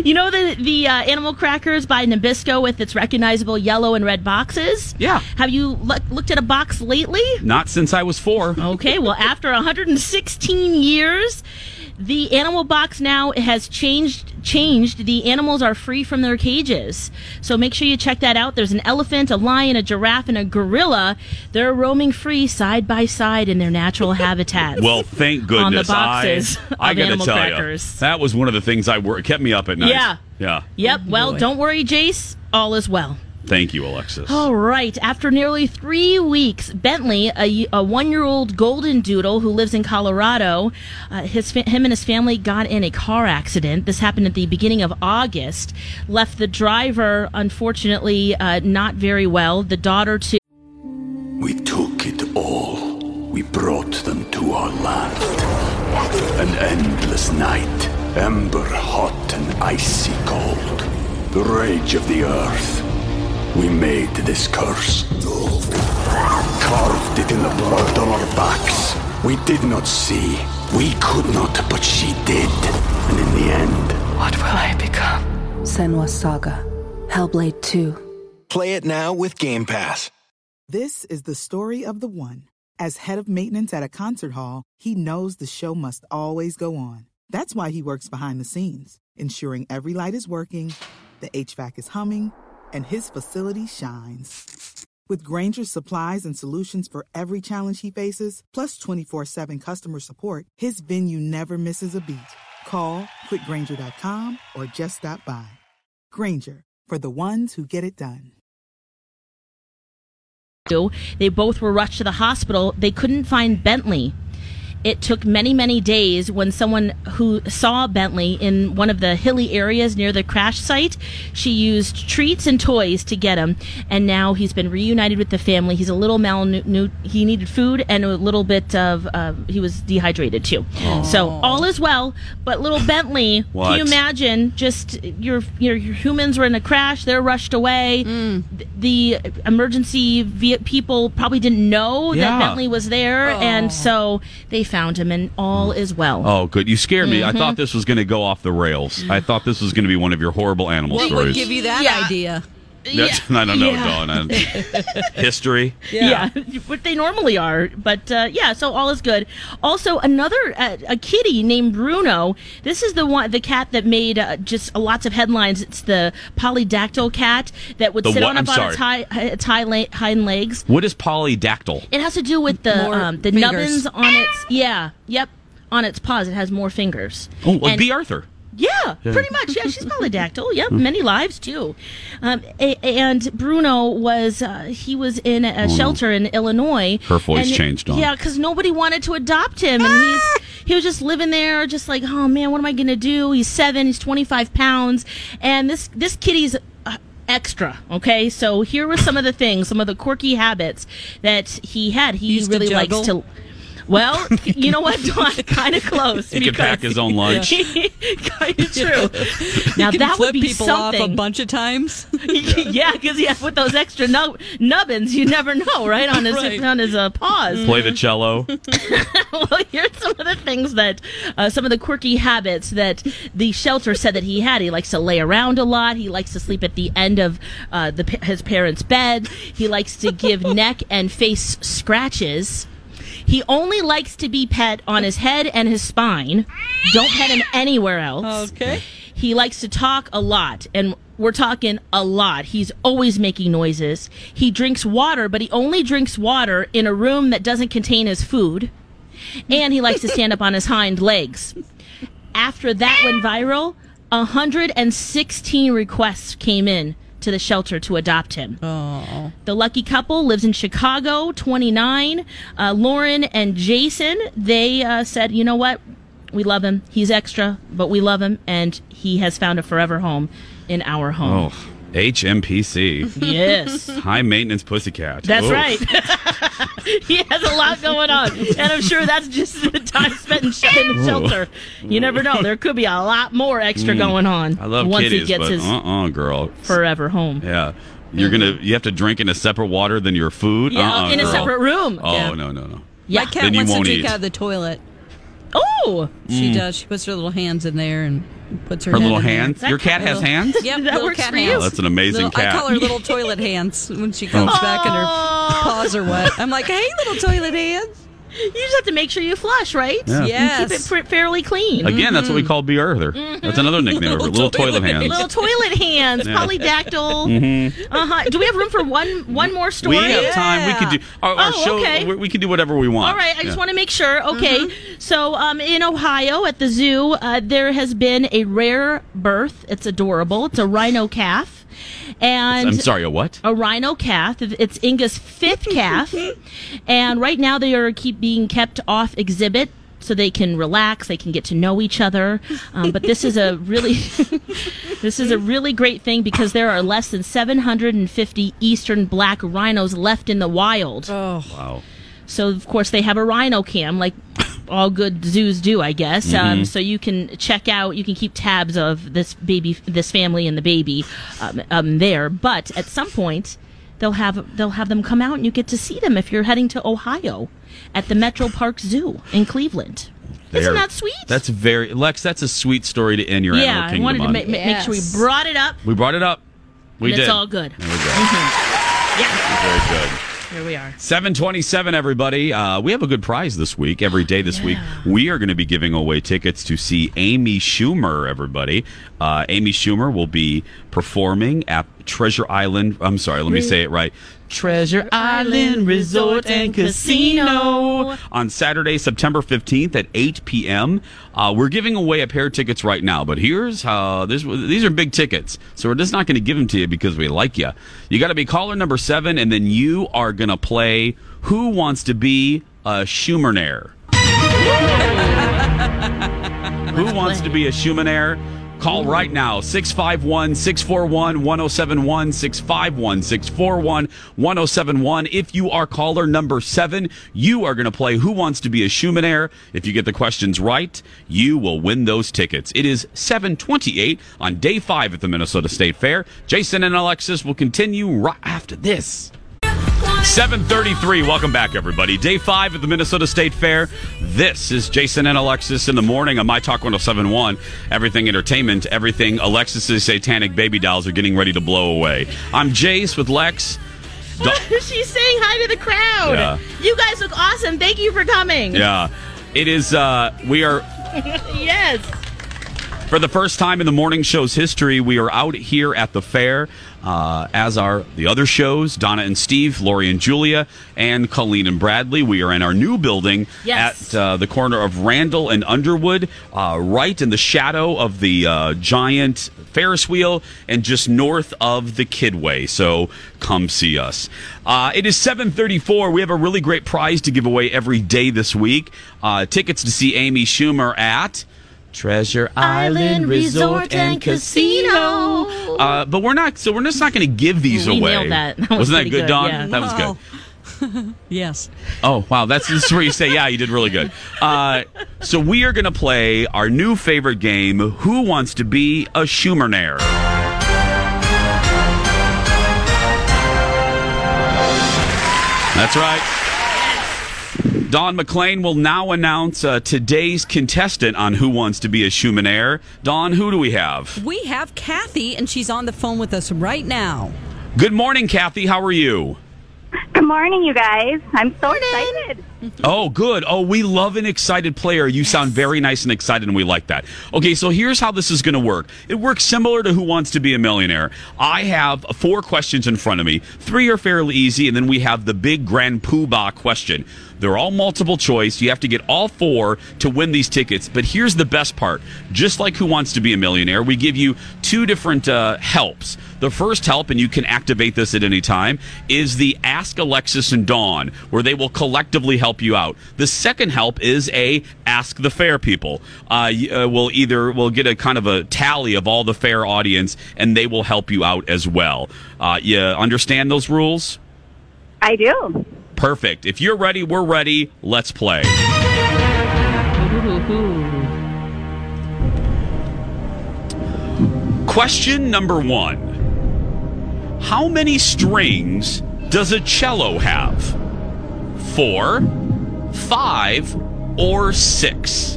Speaker 3: you know the the uh, animal crackers by Nabisco with its recognizable yellow and red boxes?
Speaker 2: Yeah.
Speaker 3: Have you look, looked at a box lately? Oh.
Speaker 2: Not since I was four.
Speaker 3: Okay, well, after 116 years, The animal box now has changed. Changed. The animals are free from their cages, so make sure you check that out. There's an elephant, a lion, a giraffe, and a gorilla. They're roaming free side by side in their natural habitats.
Speaker 2: Well, thank goodness.
Speaker 3: on the boxes
Speaker 2: I, I
Speaker 3: of
Speaker 2: gotta
Speaker 3: animal
Speaker 2: tell
Speaker 3: crackers.
Speaker 2: you, that was one of the things I wor- kept me up at night.
Speaker 3: Yeah.
Speaker 2: Yeah.
Speaker 3: Yep. well,
Speaker 2: boy.
Speaker 3: don't worry, Jace. All is well.
Speaker 2: Thank you, Alexis.
Speaker 3: All right. After nearly three weeks, Bentley, a, a one-year-old golden doodle who lives in Colorado, uh, his fa- him and his family got in a car accident. This happened at the beginning of August. Left the driver, unfortunately, uh, not very well. The daughter to
Speaker 7: We took it all. We brought them to our land. An endless night, ember hot and icy cold. The rage of the earth. We made this curse. Carved it in the blood on our backs. We did not see. We could not, but she did. And in the end,
Speaker 8: What will I become? Senwa Saga, Hellblade 2.
Speaker 9: Play it now with Game Pass.
Speaker 10: This is the story of the one. As head of maintenance at a concert hall, he knows the show must always go on. That's why he works behind the scenes, ensuring every light is working, the HVAC is humming, and his facility shines. With Granger's supplies and solutions for every challenge he faces, plus 24 7 customer support, his venue never misses a beat. Call quickgranger.com or just stop by. Granger, for the ones who get it done.
Speaker 3: They both were rushed to the hospital. They couldn't find Bentley. It took many, many days when someone who saw Bentley in one of the hilly areas near the crash site, she used treats and toys to get him. And now he's been reunited with the family. He's a little malnu He needed food and a little bit of, uh, he was dehydrated too. So all is well. But little Bentley, can
Speaker 2: What?
Speaker 3: you imagine just your, your, your humans were in a crash, they're rushed away.
Speaker 2: Mm.
Speaker 3: Th- The emergency ve- people probably didn't know
Speaker 2: Yeah.
Speaker 3: that Bentley was there. And so they found him and all is well.
Speaker 2: Oh, good. You scared me. I
Speaker 3: Mhm.
Speaker 2: thought this was going to go off the rails.
Speaker 3: Mm-hmm.
Speaker 2: I thought this was going to be one of your horrible animal
Speaker 4: What
Speaker 2: stories.
Speaker 4: would give you that idea?
Speaker 2: That's- I don't know,
Speaker 3: Yeah.
Speaker 2: Dawn. I- History.
Speaker 3: Yeah. what they normally are. But uh, yeah, so all is good. Also, another uh, a kitty named Bruno. This is the one, the cat that made uh, just lots of headlines. It's the polydactyl cat that would
Speaker 2: The
Speaker 3: sit
Speaker 2: what?
Speaker 3: on
Speaker 2: I'm
Speaker 3: up on
Speaker 2: sorry.
Speaker 3: its, high, its high uh, la- hind legs.
Speaker 2: What is polydactyl?
Speaker 3: It has to do with the
Speaker 2: More
Speaker 3: um, the
Speaker 2: fingers.
Speaker 3: nubbins on its yeah, yep, on its paws. It has more fingers.
Speaker 2: Oh, like
Speaker 3: And-
Speaker 2: B. Arthur.
Speaker 3: yeah,
Speaker 2: Yeah. Hmm.
Speaker 3: pretty much. Yeah, she's polydactyl. Yep, many lives too. Um, a- and Bruno was uh, he was in a
Speaker 2: Oh, no.
Speaker 3: shelter in Illinois.
Speaker 2: Her voice
Speaker 3: and-
Speaker 2: changed, Ah! Dawn.
Speaker 3: Yeah, because nobody wanted to adopt him, and he's he was just living there, just like, oh man, what am I gonna do? He's seven. He's twenty five pounds, and this this kitty's. Uh, Extra, okay. So here were some of the things, some of the quirky habits that he had. He
Speaker 4: Used to
Speaker 3: really likes
Speaker 4: juggle?
Speaker 3: to. Well, you know what, Dawn? Kind of close.
Speaker 2: He could pack
Speaker 3: because-
Speaker 2: his own lunch.
Speaker 3: kind of true. Now
Speaker 4: you can
Speaker 3: that
Speaker 4: flip
Speaker 3: would be
Speaker 4: people off a
Speaker 3: something.
Speaker 4: bunch of times.
Speaker 3: yeah, because yeah, with those extra nub- nubbins, you never know, right? On his
Speaker 4: Right.
Speaker 3: on his uh, paws.
Speaker 2: Play the cello.
Speaker 3: well, here's some of the things that uh, some of the quirky habits that the shelter said that he had. He likes to lay around a lot. He likes to sleep at the end of uh, the pa- his parents' bed. He likes to give neck and face scratches. He only likes to be pet on his head and his spine. Don't pet him anywhere else.
Speaker 4: Okay.
Speaker 3: He likes to talk a lot, and we're talking a lot. He's always making noises. He drinks water, but he only drinks water in a room that doesn't contain his food. And he likes to stand up on his hind legs. After that went viral, 116 requests came in to the shelter to adopt him.
Speaker 4: Oh.
Speaker 3: The lucky couple lives in Chicago, 29. Uh, Lauren and Jason, they uh, said, you know what? We love him. He's extra, but we love him, and he has found a forever home in our home.
Speaker 2: Oh, HMPC.
Speaker 3: Yes.
Speaker 2: High maintenance pussycat.
Speaker 3: That's
Speaker 2: Oh.
Speaker 3: right. he has a lot going on, and I'm sure that's just the time spent in, sh- in the
Speaker 2: Ooh.
Speaker 3: shelter. You never know; there could be a lot more extra
Speaker 2: Mm.
Speaker 3: going on.
Speaker 2: I love
Speaker 3: once
Speaker 2: kitties,
Speaker 3: he gets
Speaker 2: but
Speaker 3: his
Speaker 2: uh-uh, girl.
Speaker 3: forever home.
Speaker 2: Yeah. You're gonna. You have to drink in a separate water than your food.
Speaker 3: Yeah,
Speaker 2: Uh-uh,
Speaker 3: in a
Speaker 2: girl.
Speaker 3: separate room.
Speaker 2: Oh
Speaker 3: Yeah.
Speaker 2: no no no.
Speaker 4: My cat
Speaker 2: Then you
Speaker 4: wants to
Speaker 2: won't
Speaker 4: drink
Speaker 2: eat.
Speaker 4: out of the toilet.
Speaker 3: Oh.
Speaker 4: She
Speaker 2: Mm.
Speaker 4: does. She puts her little hands in there and puts her,
Speaker 2: Her
Speaker 4: head
Speaker 2: little
Speaker 4: in there.
Speaker 2: hands? Your cat has
Speaker 4: Little-
Speaker 2: hands?
Speaker 4: Yep,
Speaker 3: That
Speaker 4: little
Speaker 3: works
Speaker 4: cat
Speaker 3: for you.
Speaker 4: hands.
Speaker 2: Wow, that's an amazing
Speaker 4: Little- I
Speaker 2: cat.
Speaker 4: call her little toilet hands when she comes
Speaker 2: Oh.
Speaker 4: back and her paws are wet. I'm like, hey, little toilet hands.
Speaker 3: You just have to make sure you flush, right?
Speaker 2: Yeah.
Speaker 3: And keep it
Speaker 4: Yes.
Speaker 3: fa- fairly clean.
Speaker 2: Again, that's what we call Bea Earther. That's another nickname for little toilet hands.
Speaker 3: Mm-hmm. Little toilet hands,
Speaker 2: Yeah.
Speaker 3: polydactyl.
Speaker 2: Mhm.
Speaker 3: Uh huh. Do we have room for one one more story?
Speaker 2: We have time. We could do our, our
Speaker 3: Oh,
Speaker 2: show.
Speaker 3: okay.
Speaker 2: We, we can do whatever we want.
Speaker 3: All right, I just
Speaker 2: Yeah.
Speaker 3: want to make sure. Okay, so um, in Ohio at the zoo, uh, there has been a rare birth. It's adorable. It's a rhino calf, and
Speaker 2: I'm sorry. A what?
Speaker 3: a rhino calf. It's Inga's fifth calf, and right now they are keep being kept off exhibit. So they can relax, they can get to know each other. Um, but this is a really, this is a really great thing because there are less than 750 eastern black rhinos left in the wild. Oh,
Speaker 2: wow!
Speaker 3: So of course they have a rhino cam, like all good zoos do, I guess. Um,
Speaker 2: Mm-hmm.
Speaker 11: Mhm.
Speaker 3: so you can check out, you can keep tabs of this baby, this family, and the baby um, um, there. But at some point, they'll have they'll have them come out, and you get to see them if you're heading to Ohio at the Metro Park Zoo in Cleveland. Isn't
Speaker 2: There.
Speaker 3: that sweet?
Speaker 2: That's very Lex. That's a sweet story to end your
Speaker 3: yeah,
Speaker 2: animal
Speaker 3: I
Speaker 2: kingdom
Speaker 3: wanted to
Speaker 2: on.
Speaker 3: ma- ma- make sure we brought it up.
Speaker 2: we brought it up. We
Speaker 3: and
Speaker 2: did.
Speaker 3: It's all good. Mm-hmm.
Speaker 2: There we go. Very good.
Speaker 3: Here we are.
Speaker 2: 727 everybody uh, we have a good prize this week every day this week we are going to be giving away tickets to see amy schumer everybody uh, amy schumer will be performing at treasure island i'm sorry let me
Speaker 3: Really?
Speaker 2: say it right
Speaker 3: Treasure Island Resort and Casino.
Speaker 2: on Saturday, September 15th at 8 p.m. Uh, we're giving away a pair of tickets right now, but here's how this, these are big tickets. So we're just not going to give them to you because we like you. You got to be caller number seven, and then you are going to play Who Wants to Be a Schumanaire? Who wants to be a Schumanaire? Call right now, 651 641 1071, 651 641 1071. If you are caller number seven, you are going to play Who Wants to Be a Schumanaire. If you get the questions right, you will win those tickets. It is 728 on day five at the Minnesota State Fair. Jason and Alexis will continue right after this. 733 welcome back everybody day five at the minnesota state fair this is jason and alexis in the morning on my talk 1071 everything entertainment everything alexis's satanic baby dolls are getting ready to blow away i'm jace with lex Do-
Speaker 3: She's saying hi to the crowd.
Speaker 2: Yeah.
Speaker 3: You guys look awesome. Thank you for coming.
Speaker 2: yeah it is uh we are
Speaker 3: yes.
Speaker 2: For the first time in the morning show's history, we are out here at the fair, uh, as are the other shows Donna and Steve, Lori and Julia, and Colleen and Bradley. We are in our new building
Speaker 12: Yes.
Speaker 2: at uh, the corner of Randall and Underwood, uh, right in the shadow of the uh, giant Ferris wheel and just north of the Kidway. So come see us. Uh, it is 734. We have a really great prize to give away every day this week. Uh, tickets to see Amy Schumer at. Treasure Island Resort and Casino. Uh, but we're not, so we're just not going to give these
Speaker 4: We
Speaker 2: away.
Speaker 4: nailed that. That was
Speaker 2: Wasn't that
Speaker 4: pretty
Speaker 2: good,
Speaker 4: good,
Speaker 2: Don?
Speaker 4: yeah.
Speaker 2: That was
Speaker 4: Wow.
Speaker 2: good.
Speaker 4: yes.
Speaker 2: Oh wow, that's this is where you say, yeah, you did really good. Uh, so we are going to play our new favorite game, Who Wants to Be a Schumanaire? That's right. Don McLean will now announce uh, today's contestant on Who Wants to Be a Schumanaire. Don, who do we have?
Speaker 4: We have Kathy, and she's on the phone with us right now.
Speaker 2: Good morning, Kathy. How are you?
Speaker 13: Good morning, you guys. I'm so excited.
Speaker 2: Oh, good. Oh, we love an excited player. You sound very nice and excited, and we like that. Okay, so here's how this is going to work it works similar to Who Wants to Be a Millionaire. I have four questions in front of me. Three are fairly easy, and then we have the big grand poobah question. They're all multiple choice. You have to get all four to win these tickets. But here's the best part just like Who Wants to Be a Millionaire, we give you two different uh, helps. The first help, and you can activate this at any time, is the Ask Alexis and Dawn, where they will collectively help you out. The second help is a Ask the Fair people. Uh, y- uh, we'll either we'll get a kind of a tally of all the fair audience, and they will help you out as well. Uh, you understand those rules?
Speaker 13: I do.
Speaker 2: Perfect. If you're ready, we're ready. Let's play. Question number one How many strings does a cello have? Four, five, or six?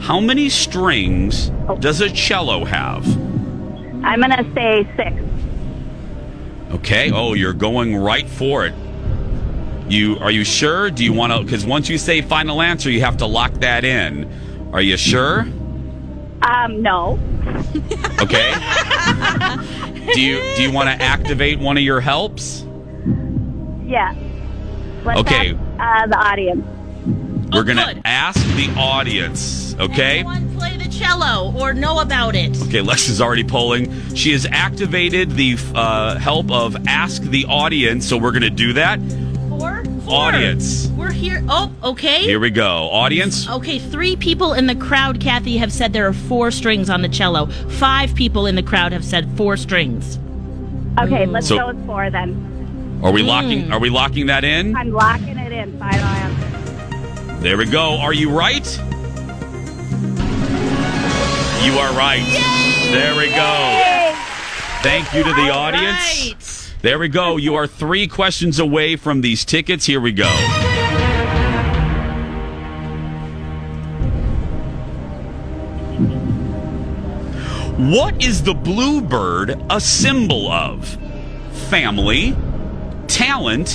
Speaker 2: How many strings does a cello have?
Speaker 13: I'm going to say six.
Speaker 2: Okay. Oh, you're going right for it. You are you sure? Do you want to? Because once you say final answer, you have to lock that in. Are you sure?
Speaker 13: Um, no.
Speaker 2: Okay. do you do you want to activate one of your helps?
Speaker 13: Yeah. Let's
Speaker 2: Okay.
Speaker 13: ask, uh, the audience.
Speaker 2: We're gonna ask the audience. Okay.
Speaker 3: Play the cello or know about it.
Speaker 2: Okay, Lex is already polling. She has activated the uh, help of Ask the Audience, so we're going to do that.
Speaker 3: Four? Four.
Speaker 2: Audience.
Speaker 3: We're here. Oh, okay.
Speaker 2: Here we go. Audience,
Speaker 3: Okay, three people in the crowd, Kathy, have said there are four strings on the cello. Five people in the crowd have said four strings.
Speaker 13: Okay,
Speaker 4: Mm.
Speaker 13: let's
Speaker 2: So-
Speaker 13: go with four then.
Speaker 2: are we locking? Are we locking that in?
Speaker 13: I'm locking it in. Final answer.
Speaker 2: There we go. Are you right? You are right. There we go. Thank you to the audience. There we go. You are three questions away from these tickets. Here we go. What is the bluebird a symbol of? Family, talent,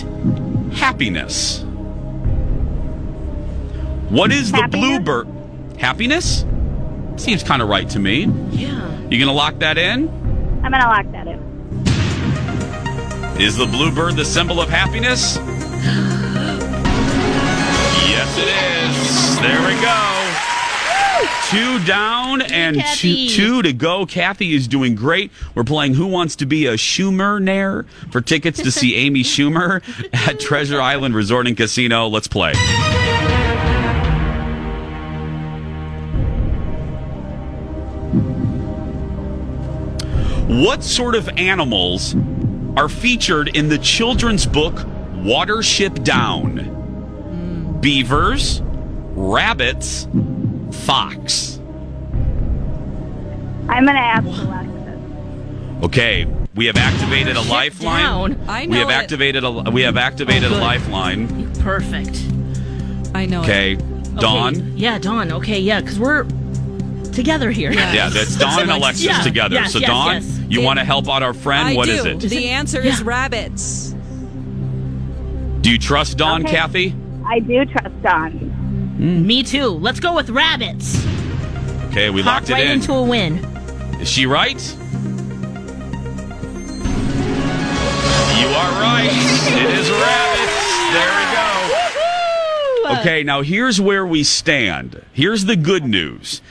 Speaker 2: happiness. What is the bluebird? Happiness? Seems kind of right to me.
Speaker 13: Yeah.
Speaker 2: You gonna lock that in?
Speaker 13: I'm gonna lock that in.
Speaker 2: Is the bluebird the symbol of happiness? Yes, it is. There we go. Two down and two,
Speaker 11: Kathy.
Speaker 2: two to go. Kathy is doing great. We're playing Who Wants to Be a Schumer for tickets to see Amy Schumer at Treasure Island Resort and Casino. Let's play. What sort of animals are featured in the children's book Watership Down? Beavers, rabbits, fox.
Speaker 13: I'm gonna ask Alexis.
Speaker 2: Okay, we have activated a lifeline.
Speaker 4: down. I
Speaker 2: we
Speaker 4: know
Speaker 2: have
Speaker 4: it.
Speaker 2: activated a we have activated
Speaker 4: Oh,
Speaker 2: a
Speaker 4: good.
Speaker 2: lifeline.
Speaker 3: Perfect.
Speaker 4: I know.
Speaker 2: Okay, Dawn.
Speaker 3: Okay, Yeah, Dawn. Okay, yeah, because we're together here.
Speaker 2: Yeah, that's Dawn and Alexis
Speaker 3: Yeah,
Speaker 2: together.
Speaker 3: yes,
Speaker 2: so
Speaker 3: yes,
Speaker 2: Dawn,
Speaker 3: yes.
Speaker 2: you want to help out our friend?
Speaker 4: I
Speaker 2: What
Speaker 4: do.
Speaker 2: is it?
Speaker 4: The answer is rabbits.
Speaker 2: Do you trust Dawn,
Speaker 13: Okay.
Speaker 2: Kathy?
Speaker 13: I do trust Don.
Speaker 3: Me too. Let's go with rabbits.
Speaker 2: Okay, we
Speaker 3: Hop
Speaker 2: locked it
Speaker 3: right
Speaker 2: in.
Speaker 3: into a win.
Speaker 2: Is she right? You are right. It is rabbits. There we go. Okay, now here's where we stand. Here's the good news.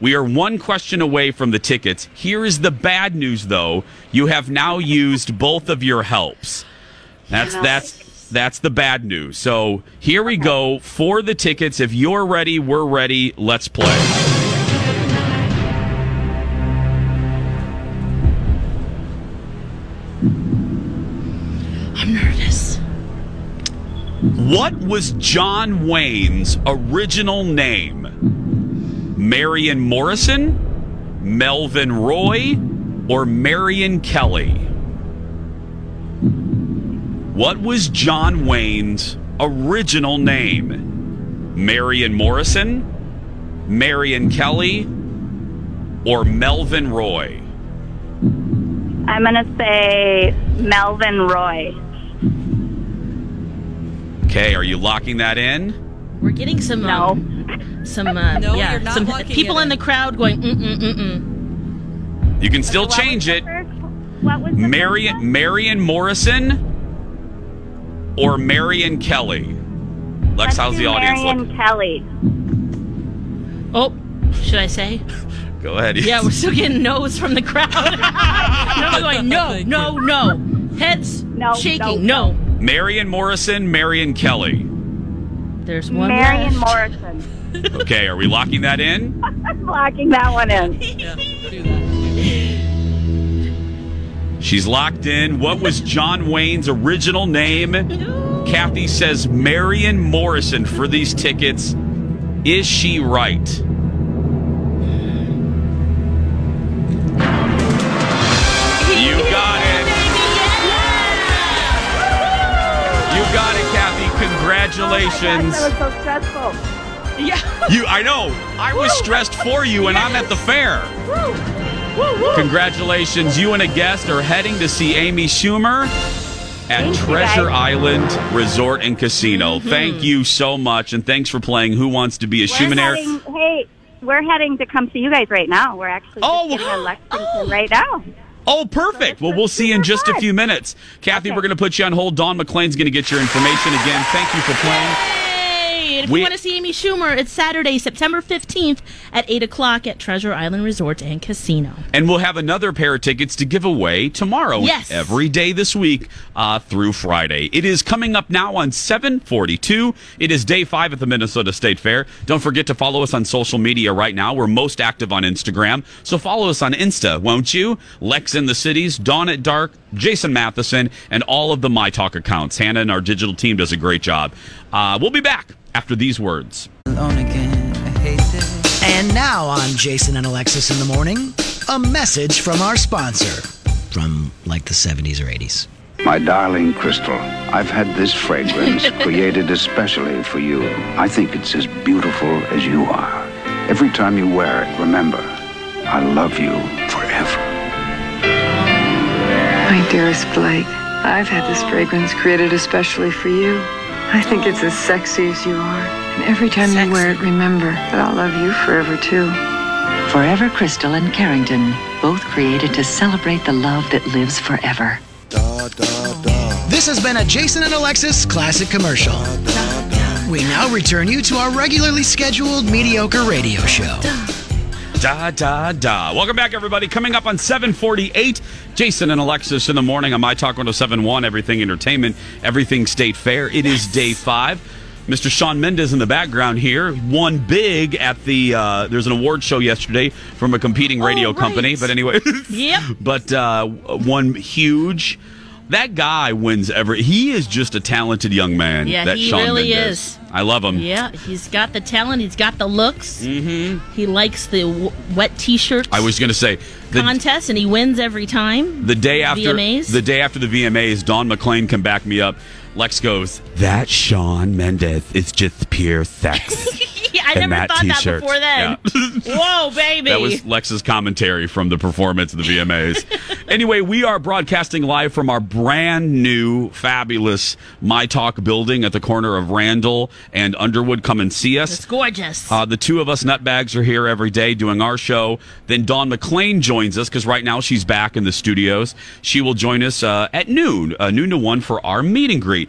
Speaker 2: We are one question away from the tickets. Here is the bad news though. You have now used both of your helps. That's that's that's the bad news. So, here we go for the tickets. If you're ready, we're ready. Let's play.
Speaker 3: I'm nervous.
Speaker 2: What was John Wayne's original name? Marion Morrison, Melvin Roy, or Marion Kelly? What was John Wayne's original name? Marion Morrison, Marion Kelly, or Melvin Roy?
Speaker 13: I'm gonna say Melvin Roy.
Speaker 2: Okay, are you locking that in?
Speaker 3: We're getting some no. um, some uh,
Speaker 4: No,
Speaker 3: yeah,
Speaker 4: you're not
Speaker 3: some
Speaker 4: locking
Speaker 3: people
Speaker 4: it
Speaker 3: in the crowd going mm mm mm mm.
Speaker 2: You can still change it.
Speaker 13: What was the
Speaker 2: Marion Marion Morrison or Marion Kelly? Lex, how's the audience
Speaker 13: Marion
Speaker 2: look?
Speaker 13: Kelly.
Speaker 3: Oh, should I say?
Speaker 2: Go ahead.
Speaker 3: Yeah, we're still getting no's from the crowd. no, we're going no, no, no. Heads shaking. No.
Speaker 2: Marion Morrison, Marion Kelly.
Speaker 3: There's one.
Speaker 13: Marion
Speaker 3: left.
Speaker 13: Morrison.
Speaker 2: Okay, are we locking that in?
Speaker 13: I'm locking that one in.
Speaker 2: She's locked in. What was John Wayne's original name? Kathy says Marion Morrison for these tickets. Is she right? You got it. You got it, Kathy. Congratulations.
Speaker 13: Gosh, that was so stressful.
Speaker 3: Yeah.
Speaker 2: you I know. I was stressed for you and I'm at the fair. Congratulations. You and a guest are heading to see Amy Schumer at
Speaker 13: Thank you,
Speaker 2: Treasure
Speaker 13: guys. Mm-hmm.
Speaker 2: Island Resort and Casino. Thank you so much, and thanks for playing Who Wants to Be a
Speaker 13: We're
Speaker 2: Shumanair.
Speaker 13: heading, hey, we're heading to come see you guys right now. We're actually oh, just getting in Lexington right now.
Speaker 2: Oh, perfect. Well, we'll see you in just a few minutes. Kathy, we're going to put you on hold. Don McLean's going to get your information again. Thank you for playing.
Speaker 3: Hey, and if
Speaker 2: We-
Speaker 3: you want to see Amy Schumer, it's Saturday, September 15th at 8 o'clock at Treasure Island Resort and Casino.
Speaker 2: And we'll have another pair of tickets to give away tomorrow. and
Speaker 3: Yes.
Speaker 2: Every day this week uh, through Friday. It is coming up now on 742. It is day five at the Minnesota State Fair. Don't forget to follow us on social media right now. We're most active on Instagram. So follow us on Insta, won't you? Lex in the Cities, Dawn at Dark, Jason Matheson, and all of the My Talk accounts. Hannah and our digital team does a great job. Uh, we'll be back after these words.
Speaker 6: And now on Jason and Alexis in the morning, a message from our sponsor from like the 70s or 80s.
Speaker 11: My darling Crystal, I've had this fragrance created especially for you. I think it's as beautiful as you are. Every time you wear it, remember, I love you forever.
Speaker 12: My dearest Blake, I've had this fragrance created especially for you. I think it's as sexy as you are. And every time you wear it, remember that I'll love you forever, too.
Speaker 14: Forever Crystal and Carrington, both created to celebrate the love that lives forever.
Speaker 6: This has been a Jason and Alexis classic commercial. We now return you to our regularly scheduled mediocre radio show.
Speaker 2: Da da da. Welcome back, everybody. Coming up on 748, Jason and Alexis in the morning on My Talk 1071, Everything Entertainment, Everything State Fair. It is day five. Mr. Sean Mendez in the background here won big at the. Uh, There's an award show yesterday from a competing radio company. But anyway,
Speaker 3: Yep.
Speaker 2: but uh, one huge. That guy wins every. He is just a talented young man.
Speaker 3: Yeah,
Speaker 2: that
Speaker 3: he
Speaker 2: Shawn
Speaker 3: really
Speaker 2: Mendes.
Speaker 3: is.
Speaker 2: I love him.
Speaker 3: Yeah, he's got the talent. He's got the looks. Mm-hmm. He likes the w- wet T-shirt
Speaker 2: I was going to say the
Speaker 3: contest, and he wins every time.
Speaker 2: The day after
Speaker 3: VMAs?
Speaker 2: the day after the VMAs, Don McLean can back me up. Lex goes, "That Sean Mendez is just pure sex."
Speaker 3: Yeah, I
Speaker 2: And
Speaker 3: never
Speaker 2: that
Speaker 3: thought
Speaker 2: T-shirt.
Speaker 3: that before then. Whoa, baby!
Speaker 2: That was Lex's commentary from the performance of the VMAs. anyway, we are broadcasting live from our brand new, fabulous My Talk building at the corner of Randall and Underwood. Come and see us.
Speaker 3: it's gorgeous.
Speaker 2: Uh, the two of us nutbags are here every day doing our show. Then Dawn McLean joins us because right now she's back in the studios. She will join us uh, at noon, uh, noon to one for our meet and greet.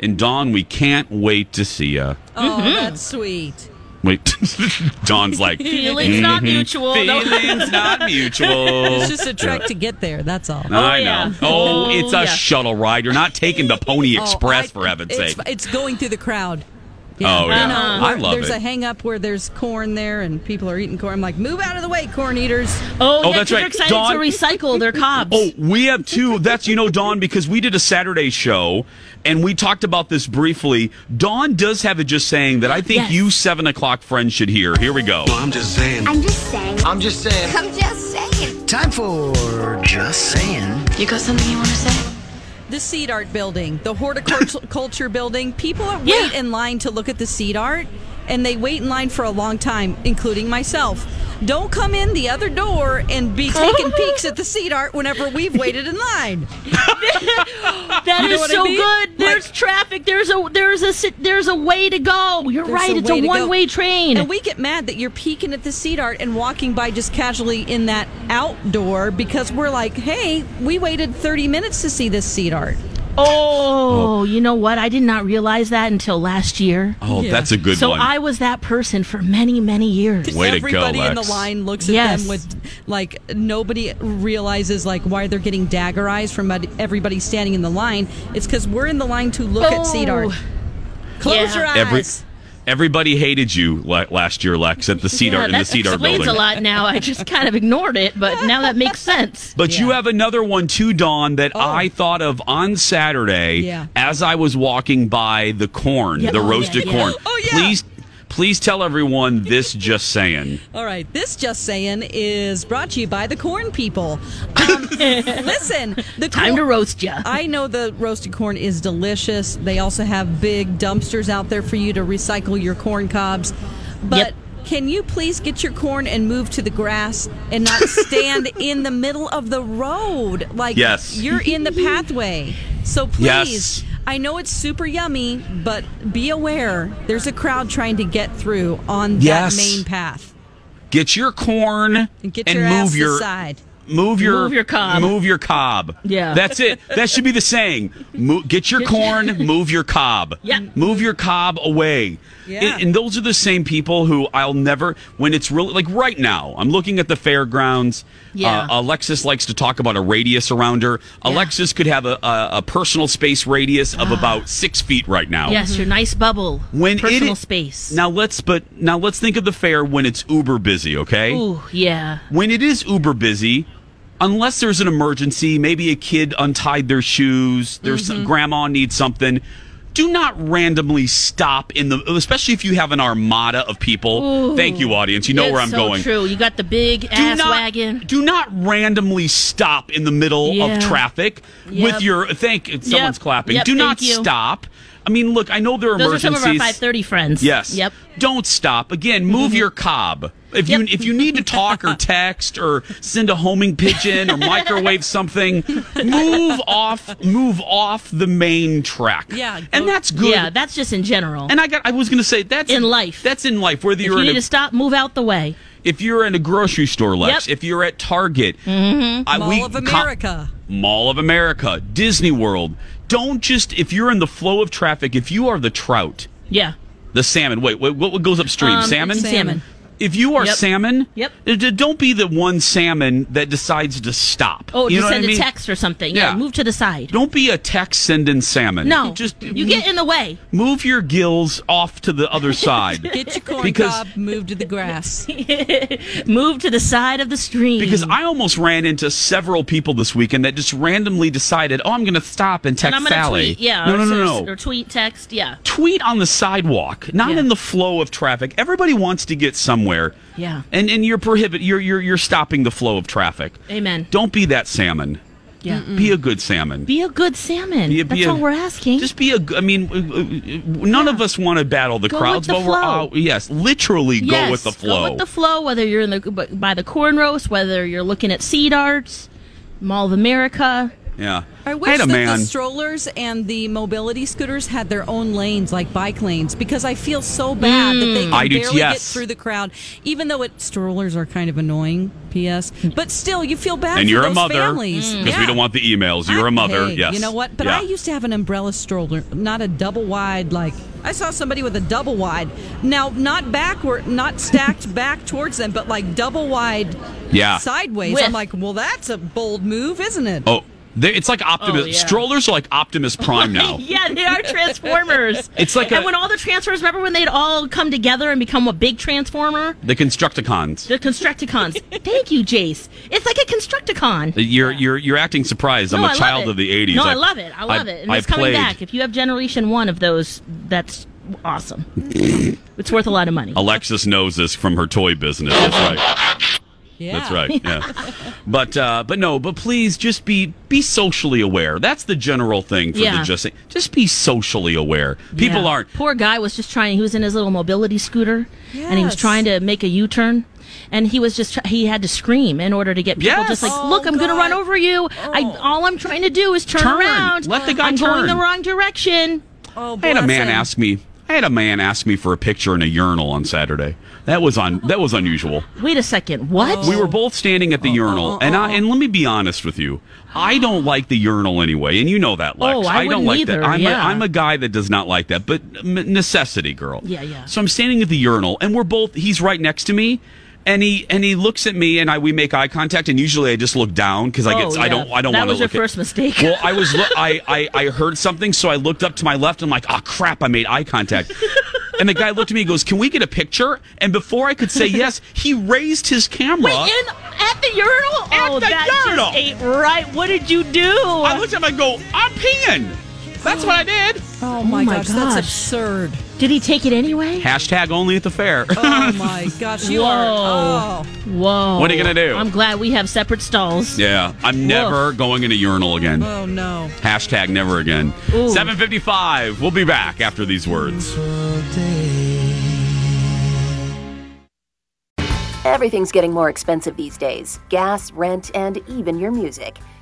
Speaker 2: And Dawn, we can't wait to see ya.
Speaker 4: Oh,
Speaker 15: Mm-hmm.
Speaker 4: that's sweet.
Speaker 2: Wait, Dawn's like
Speaker 4: Feelings not
Speaker 2: "Mhm.
Speaker 4: mutual."
Speaker 2: Feelings not mutual.
Speaker 4: It's just a trek
Speaker 2: Yeah.
Speaker 4: to get there. That's all.
Speaker 2: I know. Oh, it's a
Speaker 4: yeah.
Speaker 2: shuttle ride. You're not taking the Pony
Speaker 4: Oh,
Speaker 2: Express
Speaker 4: I-
Speaker 2: for heaven's
Speaker 4: it's,
Speaker 2: sake.
Speaker 4: It's going through the crowd.
Speaker 2: Oh, yeah.
Speaker 4: You know,
Speaker 2: I
Speaker 4: where
Speaker 2: love
Speaker 4: There's
Speaker 2: it.
Speaker 4: a hang up where there's corn there and people are eating corn. I'm like, move out of the way, corn eaters.
Speaker 3: Oh,
Speaker 2: Oh, yeah, that's 'cause right. they're excited to Dawn-
Speaker 3: recycle their cobs.
Speaker 2: Oh, we have two. That's you know, Dawn, because we did a Saturday show and we talked about this briefly. Dawn does have a just saying that I think
Speaker 16: Yes.
Speaker 2: you seven o'clock friends should hear. Here we go. I'm just saying.
Speaker 16: I'm just saying. I'm just saying. I'm just saying.
Speaker 6: Time for just saying.
Speaker 4: You got something you want to say? The seed art building, the horticulture building. People are wait in line to look at the seed art, and they wait in line for a long time, including myself. Don't come in the other door and be taking peeks at the seed art whenever we've waited in line.
Speaker 3: That
Speaker 4: You
Speaker 3: is
Speaker 4: know what I
Speaker 3: so
Speaker 4: mean?
Speaker 3: good. There's traffic. There's a there's a si- there's a way to go. You're
Speaker 4: There's
Speaker 3: right. it's
Speaker 4: way
Speaker 3: a
Speaker 4: to go.
Speaker 3: one way train.
Speaker 4: And we get mad that you're peeking at the seed art and walking by just casually in that outdoor because we're like, hey, we waited 30 minutes to see this seed art.
Speaker 3: Oh, you know what? I did not realize that until last year.
Speaker 2: Oh, Yeah. that's a good
Speaker 3: so
Speaker 2: one.
Speaker 3: So I was that person for many, many years.
Speaker 2: Way to go,
Speaker 4: Everybody in the
Speaker 2: Lex.
Speaker 4: line looks at
Speaker 3: Yes.
Speaker 4: them with like nobody realizes like why they're getting dagger eyes from ed- everybody standing in the line. It's because we're in the line to look at seed art. Close your eyes.
Speaker 2: Every Everybody hated you la- last year, Lex, at the Cedar
Speaker 3: Yeah,
Speaker 2: in
Speaker 3: that
Speaker 2: the Cedar
Speaker 3: explains
Speaker 2: building.
Speaker 3: a lot now. I just kind of ignored it, but now that makes sense.
Speaker 2: But you have another one too, Dawn, that I thought of on Saturday
Speaker 3: Yeah.
Speaker 2: as I was walking by the corn,
Speaker 4: Yeah.
Speaker 2: the
Speaker 4: Oh, yeah,
Speaker 2: roasted
Speaker 4: yeah.
Speaker 2: corn.
Speaker 4: Oh, yeah.
Speaker 2: Please, please tell everyone this. Just saying.
Speaker 4: All right, this just saying is brought to you by the corn people. Um, listen, the time to
Speaker 3: roast ya.
Speaker 4: I know the roasted corn is delicious. They also have big dumpsters out there for you to recycle your corn cobs. But can you please get your corn and move to the grass and not stand in the middle of the road? Like
Speaker 2: Yes.
Speaker 4: you're in the pathway. So please.
Speaker 2: Yes.
Speaker 4: I know it's super yummy, but be aware there's a crowd trying to get through on
Speaker 2: Yes.
Speaker 4: that main path.
Speaker 2: Get your corn
Speaker 4: And
Speaker 2: and,
Speaker 4: get your ass
Speaker 2: move your
Speaker 4: aside.
Speaker 2: move your
Speaker 4: Move your cob.
Speaker 2: Move your cob.
Speaker 4: Yeah.
Speaker 2: that's it. That should be the saying. Mo- get your
Speaker 3: Get
Speaker 2: corn,
Speaker 3: your-
Speaker 2: move your cob.
Speaker 3: Yeah.
Speaker 2: move your cob away.
Speaker 3: Yeah.
Speaker 2: And, and those are the same people who I'll never. When it's really like right now, I'm looking at the fairgrounds.
Speaker 3: Yeah.
Speaker 2: Uh, Alexis likes to talk about a radius around her. Alexis could have a, a, a personal space radius of about six feet right now.
Speaker 3: Ah. Yes, your nice bubble.
Speaker 2: Oh. When it
Speaker 3: personal
Speaker 2: is-
Speaker 3: space.
Speaker 2: Now let's but now let's think of the fair when it's uber busy, okay?
Speaker 3: Ooh, yeah.
Speaker 2: When it is uber busy, unless there's an emergency, maybe a kid untied their shoes, there's
Speaker 3: Mhm.
Speaker 2: grandma needs something, do not randomly stop in the especially if you have an armada of people.
Speaker 3: Ooh.
Speaker 2: Thank you audience. You know
Speaker 3: Yeah,
Speaker 2: where I'm
Speaker 3: so
Speaker 2: going.
Speaker 3: True. You got the big ass wagon.
Speaker 2: Do not randomly stop in the middle
Speaker 3: Yeah.
Speaker 2: of traffic
Speaker 3: Yep.
Speaker 2: with your thank someone's
Speaker 3: Yep.
Speaker 2: clapping.
Speaker 3: Yep,
Speaker 2: do
Speaker 3: thank
Speaker 2: not
Speaker 3: you.
Speaker 2: stop. I mean, look, I know there are
Speaker 3: Those are
Speaker 2: emergencies.
Speaker 3: some of our 5:30 friends.
Speaker 2: Yes.
Speaker 3: Yep. Mm-hmm.
Speaker 2: Don't stop. Again, move your cob. If you if you need to talk or text or send a homing pigeon or microwave something, move off move off the main track.
Speaker 3: Yeah.
Speaker 2: And that's good.
Speaker 3: Yeah, that's just in general.
Speaker 2: And I got I was going to say that's
Speaker 3: in life.
Speaker 2: That's in life whether
Speaker 3: If
Speaker 2: you're
Speaker 3: you
Speaker 2: in
Speaker 3: need
Speaker 2: a,
Speaker 3: to stop, move out the way.
Speaker 2: if you're in a grocery store, Lex,
Speaker 3: Yep.
Speaker 2: if you're at Target,
Speaker 3: Mm-hmm.
Speaker 2: I- we co- Mall of America, Disney World, don't just if you're in the flow of traffic, if you are the trout,
Speaker 3: yeah.
Speaker 2: the salmon. Wait, wait what goes upstream?
Speaker 3: Um,
Speaker 2: salmon?
Speaker 3: salmon.
Speaker 2: If you are
Speaker 3: Yep.
Speaker 2: salmon,
Speaker 3: Yep.
Speaker 2: d- d- don't be the one salmon that decides to stop.
Speaker 3: Oh,
Speaker 2: you
Speaker 3: just
Speaker 2: know
Speaker 3: send
Speaker 2: what I mean?
Speaker 3: a text or something. Yeah.
Speaker 2: Yeah.
Speaker 3: Move to the side.
Speaker 2: Don't be a text sending salmon.
Speaker 3: No.
Speaker 2: just
Speaker 3: you get in the way.
Speaker 2: move your gills off to the other side.
Speaker 4: Get your corn
Speaker 2: because
Speaker 4: cob, move to the grass.
Speaker 3: move to the side of the stream.
Speaker 2: because I almost ran into several people this weekend that just randomly decided, oh, I'm going to stop and text
Speaker 3: and I'm gonna
Speaker 2: Sally.
Speaker 3: tweet. Yeah.
Speaker 2: no, no,
Speaker 3: or,
Speaker 2: no, no.
Speaker 3: Or tweet, text. Yeah.
Speaker 2: tweet on the sidewalk, not in the flow of traffic. Everybody wants to get somewhere.
Speaker 3: Yeah.
Speaker 2: And and you're prohibit you're you're you're stopping the flow of traffic.
Speaker 3: Amen.
Speaker 2: Don't be that salmon.
Speaker 3: Yeah.
Speaker 2: Be a good salmon.
Speaker 3: Be a good salmon.
Speaker 2: Be a-
Speaker 3: That's
Speaker 2: be a-
Speaker 3: all we're asking.
Speaker 2: just be a. g- I mean, uh, uh, none of us want to battle the
Speaker 3: Go with
Speaker 2: crowds,
Speaker 3: the
Speaker 2: but we're
Speaker 3: flow.
Speaker 2: out. Yes, literally
Speaker 3: Yes,
Speaker 2: go with the flow.
Speaker 3: Go with the flow. Whether you're in the b- by the corn roast, whether you're looking at seed arts, Mall of America.
Speaker 2: yeah.
Speaker 4: I wish
Speaker 2: had a
Speaker 4: that
Speaker 2: man.
Speaker 4: the strollers and the mobility scooters had their own lanes, like bike lanes, because I feel so bad that they
Speaker 2: Mm.
Speaker 4: can
Speaker 2: I do,
Speaker 4: barely get
Speaker 2: yes.
Speaker 4: through the crowd. Even though it strollers are kind of annoying, P.S. But still, you feel bad.
Speaker 2: and
Speaker 4: for
Speaker 2: you're a
Speaker 4: those
Speaker 2: mother Mm.
Speaker 4: families.
Speaker 2: we don't want the emails. You're a mother.
Speaker 4: Hey,
Speaker 2: yes.
Speaker 4: You know what? But
Speaker 2: Yeah.
Speaker 4: I used to have an umbrella stroller, not a double wide. Like I saw somebody with a double wide. Now, not backward, not stacked back towards them, but like double wide.
Speaker 2: Yeah.
Speaker 4: Sideways. I'm like, well, that's a bold move, isn't it?
Speaker 2: Oh, they, it's like Optimus.
Speaker 4: Oh, yeah.
Speaker 2: Strollers are like Optimus Prime now.
Speaker 3: Yeah, they are Transformers.
Speaker 2: It's like
Speaker 3: and
Speaker 2: a-
Speaker 3: when all the Transformers, remember when they'd all come together and become a big Transformer?
Speaker 2: The Constructicons.
Speaker 3: The Constructicons. Thank you, Jace. It's like a Constructicon.
Speaker 2: You're you're you're acting surprised.
Speaker 3: No,
Speaker 2: I'm
Speaker 3: I
Speaker 2: a
Speaker 3: love
Speaker 2: child
Speaker 3: it.
Speaker 2: of the '80s.
Speaker 3: No, I, love it. I love it. And it's coming
Speaker 2: played-
Speaker 3: back. If you have Generation One of those, that's awesome. it's worth a lot of money.
Speaker 2: Alexis knows this from her toy business. That's right. That's right. Yeah. but uh, but no. But please just be be socially aware. That's the general thing for
Speaker 3: Yeah.
Speaker 2: the just just be socially aware. People
Speaker 3: Yeah.
Speaker 2: aren't.
Speaker 3: Poor guy was just trying. He was in his little mobility scooter, and he was
Speaker 4: Yes.
Speaker 3: trying to make a U turn, and he was just tr- he had to scream in order to get people
Speaker 4: Yes.
Speaker 3: just like,
Speaker 4: Oh,
Speaker 3: look, I'm going to run
Speaker 4: God. Oh.
Speaker 3: over you. I all I'm trying to do is turn,
Speaker 2: Turn.
Speaker 3: around.
Speaker 2: Let the guy
Speaker 3: I'm
Speaker 2: turn."
Speaker 3: going the wrong direction.
Speaker 4: Oh,
Speaker 2: I had a man ask me. I had a man ask me for a picture in a urinal on Saturday. That was on. That was unusual.
Speaker 3: Wait a second. What? Oh, Uh-huh,
Speaker 2: We were both standing at the urinal, and I and let me be honest with you, I don't like the urinal anyway, and you know that, Lex.
Speaker 3: Oh, I
Speaker 2: don't
Speaker 3: wouldn't
Speaker 2: like
Speaker 3: either,
Speaker 2: that. I'm,
Speaker 3: yeah.
Speaker 2: a, I'm a guy that does not like that, but m- necessity, girl.
Speaker 3: Yeah, yeah.
Speaker 2: So I'm standing at the urinal, and we're both. He's right next to me, and he and he looks at me, and I we make eye contact, and usually I just look down because I
Speaker 3: Oh,
Speaker 2: get I
Speaker 3: yeah.
Speaker 2: don't I don't
Speaker 3: That
Speaker 2: want to
Speaker 3: was your
Speaker 2: look.
Speaker 3: first
Speaker 2: at,
Speaker 3: mistake.
Speaker 2: Well, I was lo- I, I I heard something, so I looked up to my left, and I'm like, ah, crap! I made eye contact. And the guy looked at me and goes, Can we get a picture? And before I could say yes, he raised his camera.
Speaker 3: Wait, in at the urinal? At oh,
Speaker 2: the
Speaker 3: that
Speaker 2: urinal.
Speaker 3: just ain't right. What did you do? I
Speaker 2: looked at him and go, I'm peeing. That's what I did.
Speaker 4: Oh my, gosh, that's absurd.
Speaker 3: Did he take it anyway?
Speaker 2: Hashtag only at the fair.
Speaker 4: Oh my gosh, you
Speaker 3: Whoa.
Speaker 4: are. oh.
Speaker 3: Whoa.
Speaker 2: What are you gonna do?
Speaker 3: I'm glad we have separate stalls.
Speaker 2: yeah, I'm never going in a urinal again.
Speaker 3: Oh no.
Speaker 2: Hashtag never again.
Speaker 3: Ooh.
Speaker 2: 755. We'll be back after these words.
Speaker 17: Everything's getting more expensive these days gas, rent, and even your music.